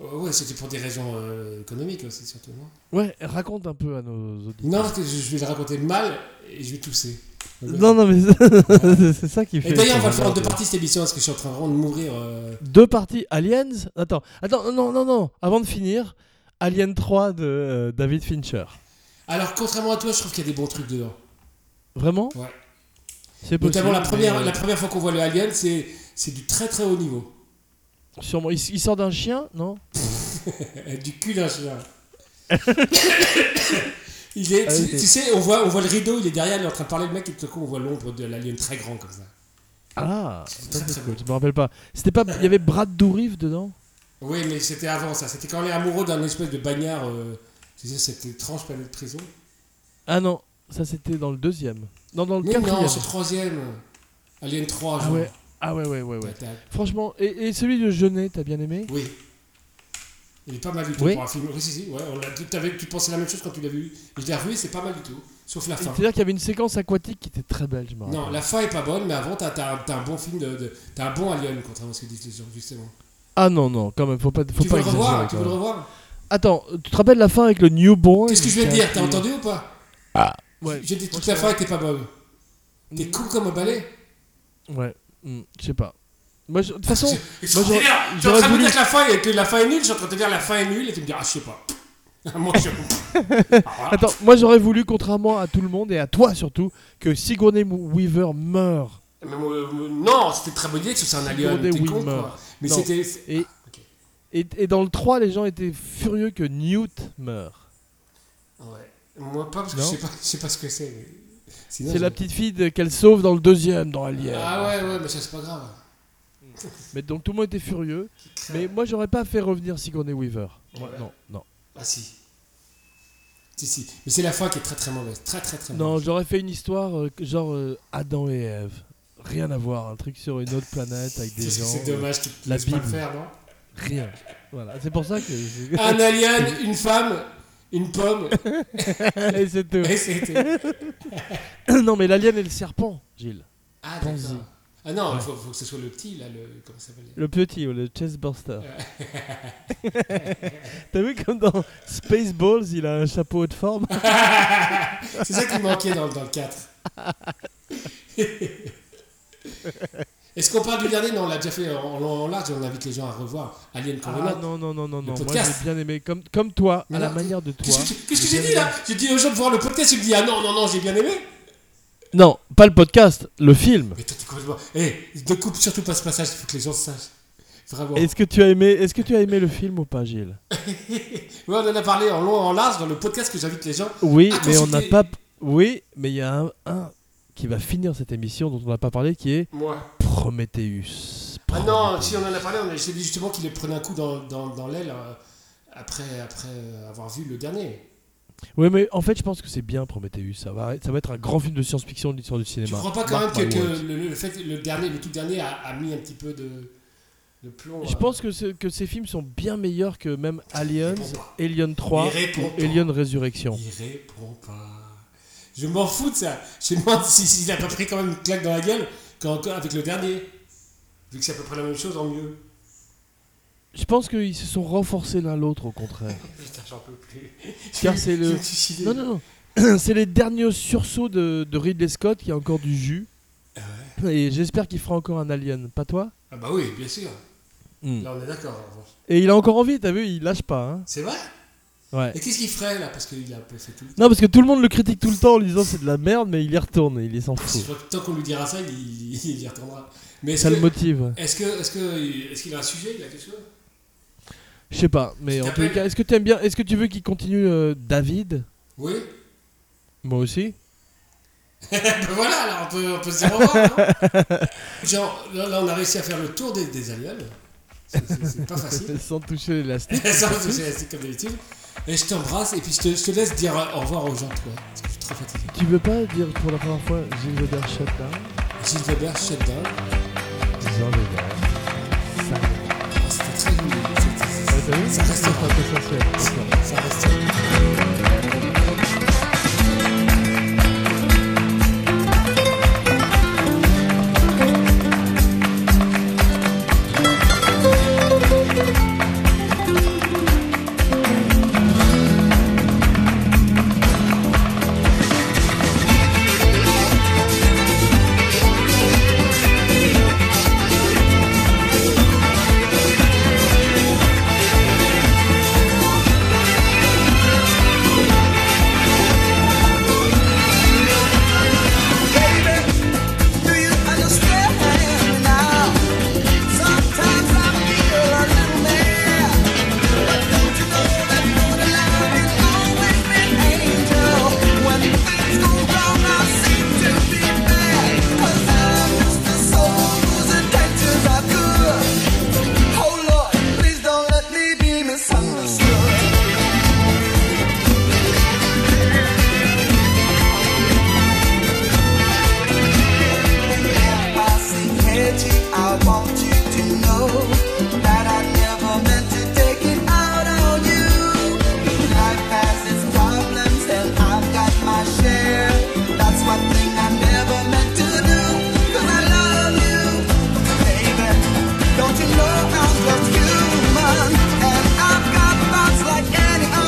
S1: Euh, Ouais, c'était pour des raisons euh, économiques aussi, surtout. Non,
S2: Ouais, raconte un peu à nos auditeurs.
S1: non parce que je, je vais le raconter mal et je vais tousser.
S2: Non, non, mais c'est- c'est ça qui fait.
S1: Et d'ailleurs, on va le faire en deux
S2: parties.
S1: parties cette émission parce que je suis en train vraiment de mourir. euh,
S2: Deux parties Aliens. Attends, attends, non, non, non. Avant de finir, Alien 3 de euh, David Fincher.
S1: Alors, contrairement à toi, je trouve qu'il y a des bons trucs dedans.
S2: Vraiment
S1: Ouais.
S2: C'est possible.
S1: Notamment la première,
S2: mais, euh,
S1: la première fois qu'on voit le Alien, c'est c'est du très très haut niveau.
S2: Sûrement. Il, s- il sort d'un chien, non
S1: Euh, du cul d'un chien. il est,
S2: Ah oui,
S1: tu, tu sais, on voit, on voit le rideau, il est derrière, il est en train de parler, le mec, et tout à coup, on voit l'ombre de l'Alien très grand comme ça.
S2: Ah,
S1: C'est
S2: ça,
S1: très,
S2: c'est
S1: très
S2: cool, je me rappelle pas. C'était pas. Il y avait Brad Dourif dedans
S1: Oui, mais c'était avant ça. C'était quand on est amoureux d'un espèce de bagnard. euh, tu sais, cette étrange planète de prison.
S2: Ah non, ça c'était dans le deuxième. Non, dans le
S1: Mais
S2: quatrième.
S1: non, c'est le troisième. Alien 3,
S2: ah
S1: genre.
S2: ouais, ah ouais, ouais, ouais, ouais.
S1: T'as-
S2: Franchement, et, et celui de Jeunet, t'as bien aimé
S1: Oui. Il est pas mal du tout
S2: Oui.
S1: pour un film. Oui, si, si, ouais, on l'a- tu, t'avais- tu pensais la même chose quand tu l'as vu. Je l'ai revu et c'est pas mal du tout. Sauf la fin.
S2: C'est-à-dire qu'il y avait une séquence aquatique qui était très belle, je me rappelle.
S1: Non, la fin est pas bonne, mais avant, t'as t'as un, t'as un bon film de. de- t'as un bon Alien, contrairement à ce que disent les gens, justement.
S2: Ah non, non, quand même, faut pas, faut
S1: tu
S2: pas
S1: veux le
S2: exagérer.
S1: revoir Tu
S2: quand
S1: veux le
S2: même.
S1: revoir
S2: Attends, tu te rappelles la fin avec le newborn
S1: Qu'est-ce que je vais te
S2: qui-
S1: dire T'as entendu ou pas
S2: Ouais,
S1: J'ai dit toute la fin était pas bonne. T'es con comme un balai
S2: ouais, hmm, je sais pas. Moi, je- de toute façon,
S1: Je suis
S2: moi,
S1: en train de
S2: j'aurais-
S1: dire- je suis en
S2: j'aurais
S1: train de me
S2: voulu-
S1: dire que la fin, est- que la fin est nulle, je suis en train de te dire la fin est nulle et tu me dis, ah, je sais pas. Moi, je. Ah, voilà.
S2: Attends, moi j'aurais voulu, contrairement à tout le monde et à toi surtout, que Sigourney Weaver meure.
S1: Mais, euh, euh, non, c'était une très bonne idée que ce soit un
S2: Sigourney
S1: alien. T'es con,
S2: Weaver.
S1: quoi. Mais
S2: Non.
S1: c'était.
S2: Et,
S1: Ah, ok.
S2: et, et dans le 3, les gens étaient furieux que Newt meure.
S1: Ouais. Moi, pas parce que
S2: Non.
S1: je sais pas, je sais pas ce que c'est. mais Sinon,
S2: C'est
S1: je-
S2: la petite fille de- qu'elle sauve dans le deuxième, dans Alien.
S1: Ah ouais, ouais, mais ça, c'est pas grave.
S2: Mais donc tout le monde était furieux. Mais moi j'aurais pas fait revenir Sigourney Weaver. Moi,
S1: Ouais.
S2: Non, non.
S1: Ah si. Si, si. Mais c'est la fin qui est très très mauvaise. Très très très
S2: Non,
S1: mauvaise.
S2: j'aurais fait une histoire euh, genre euh, Adam et Ève. Rien à voir, un truc sur une autre planète avec des
S1: Parce que
S2: gens.
S1: c'est
S2: euh,
S1: dommage qu'ils ne
S2: la
S1: puissent pas le
S2: Bible.
S1: faire, non
S2: Rien. Voilà, c'est pour ça que.
S1: Un alien, une femme, une pomme,
S2: Et c'est tout.
S1: et c'était.
S2: non, mais l'alien et le serpent, Gilles.
S1: Ah
S2: Pense-y.
S1: d'accord. Ah non, il
S2: Ouais.
S1: faut, faut que ce soit le petit, là, le. Comment ça s'appelle
S2: Le petit ou le chestburster. T'as vu comme dans Spaceballs, il a un chapeau de forme
S1: C'est ça qui manquait dans, dans le 4. Est-ce qu'on parle du dernier Non, on l'a déjà fait en long, en large et on invite les gens à revoir Alien Covenant.
S2: Ah non, non, non, non, non. Moi
S1: podcast.
S2: j'ai bien aimé, comme, comme toi,
S1: Mais
S2: à la
S1: non,
S2: manière de toi.
S1: Qu'est-ce que, tu- qu'est-ce que
S2: J'ai
S1: j'ai
S2: bien
S1: dit là J'ai dit aux gens de voir le podcast, ils me disent Ah non, non, non, j'ai bien aimé.
S2: Non, pas le podcast, le film.
S1: Mais toi, t'es complètement. Eh, ne coupe surtout pas ce passage, il faut que les gens sachent. Vraiment.
S2: Est-ce que tu as aimé, est-ce que tu as aimé le film ou pas, Gilles
S1: Ouais, on en a parlé en long, en large dans le podcast que j'invite les gens.
S2: Oui,
S1: Ah,
S2: mais on n'a
S1: c'était-
S2: pas. Oui, mais il y a un, un qui va finir cette émission dont on n'a pas parlé, qui est
S1: Moi.
S2: Prometheus.
S1: Ah non,
S2: Prometheus.
S1: si on en a parlé, on a, je t'ai dit justement qu'il les prenait un coup dans, dans, dans l'aile euh, après, après euh, avoir vu le dernier.
S2: Oui, mais en fait, je pense que c'est bien Prometheus. Ça va, ça va être un grand film de science-fiction de l'histoire du cinéma.
S1: Tu crois pas quand
S2: Mark
S1: même que,
S2: my
S1: que
S2: words.
S1: le, le fait que le dernier, le tout dernier a, a mis un petit peu de, de plomb
S2: Je pense que, ce- que ces films sont bien meilleurs que même Aliens,
S1: euh, répond pas.
S2: Alien 3
S1: Il répond
S2: ou
S1: pas.
S2: Alien Résurrection.
S1: Il répond pas. Je m'en fous de ça. Je me demande si- s'il a pas pris quand même une claque dans la gueule quand, quand- avec le dernier. Vu que c'est à peu près la même chose en mieux.
S2: Je pense qu'ils se sont renforcés l'un l'autre au contraire.
S1: Putain, j'en peux plus.
S2: Car c'est
S1: Je
S2: le.
S1: vais me suicider.
S2: Non, non, non. C'est les derniers sursauts de, de Ridley Scott qui a encore du jus. Ah Et j'espère qu'il fera encore un Alien, pas toi
S1: Ah bah oui, bien sûr.
S2: Mm.
S1: Là, on est d'accord. en revanche.
S2: Et il a encore envie, t'as vu, il lâche pas. Hein
S1: C'est vrai
S2: ouais.
S1: Et qu'est-ce qu'il ferait là Parce qu'il a un peu fait tout.
S2: Non, parce que tout le monde le critique tout le temps en lui disant c'est de la merde, mais il y retourne, il s'en
S1: Je
S2: fout.
S1: crois que tant qu'on lui dira ça, il, il, il y retournera. Mais est-ce
S2: Ça le
S1: que-
S2: motive.
S1: est-ce que- est-ce que- est-ce qu'il a un sujet Il a quelque chose
S2: Je sais pas, mais
S1: Tu
S2: en tout
S1: t'appelles
S2: cas, est-ce que t'aimes bien Est-ce que tu veux qu'il continue euh, David
S1: Oui
S2: Moi aussi.
S1: Ben voilà, alors on peut, on peut se dire au revoir. non Genre, là, là, on a réussi à faire le tour des, des aliens. C'est- C'est c'est pas facile.
S2: Sans toucher l'élastique.
S1: Ça, c'est- c'est c'est comme d'habitude. Et je t'embrasse et puis je te, je te laisse dire au revoir aux gens, toi. Parce que je suis trop fatigué.
S2: Tu veux pas dire pour la première fois Gilles Weber Chapin
S1: Gilles Weber, shutdown.
S2: Jean Weber.
S1: Ah, C'était très joli. C'était-
S2: Ça, ouais, t'as vu
S1: Ça reste-
S2: C'est un peu essentiel. D'accord.
S1: Ça reste.
S4: Thank Oh, Oh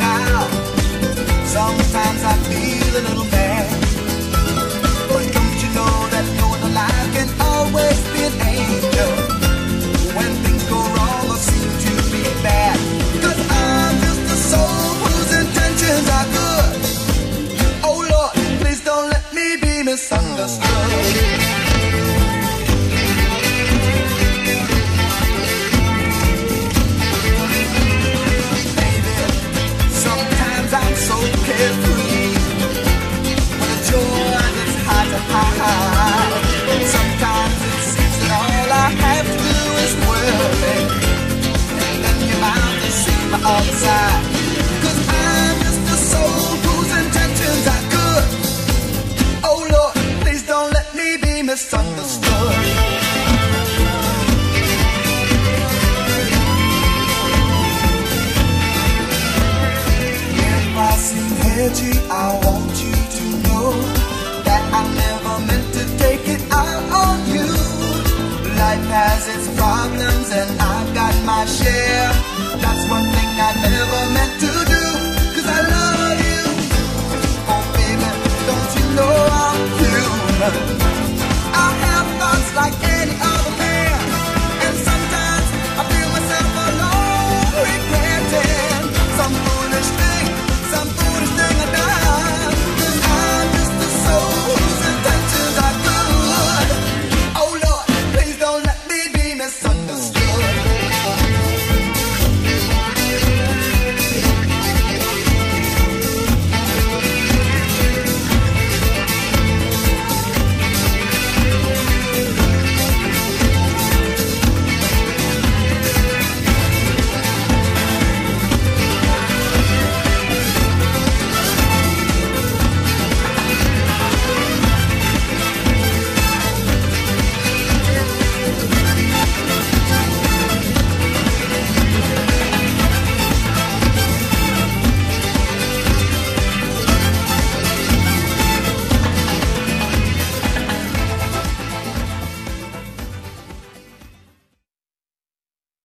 S4: Oh, Oh, Oh Oh Betty, I want you to know that I never meant to take it out on you. Life has its problems and I've got my share. That's one thing I never meant to Oh,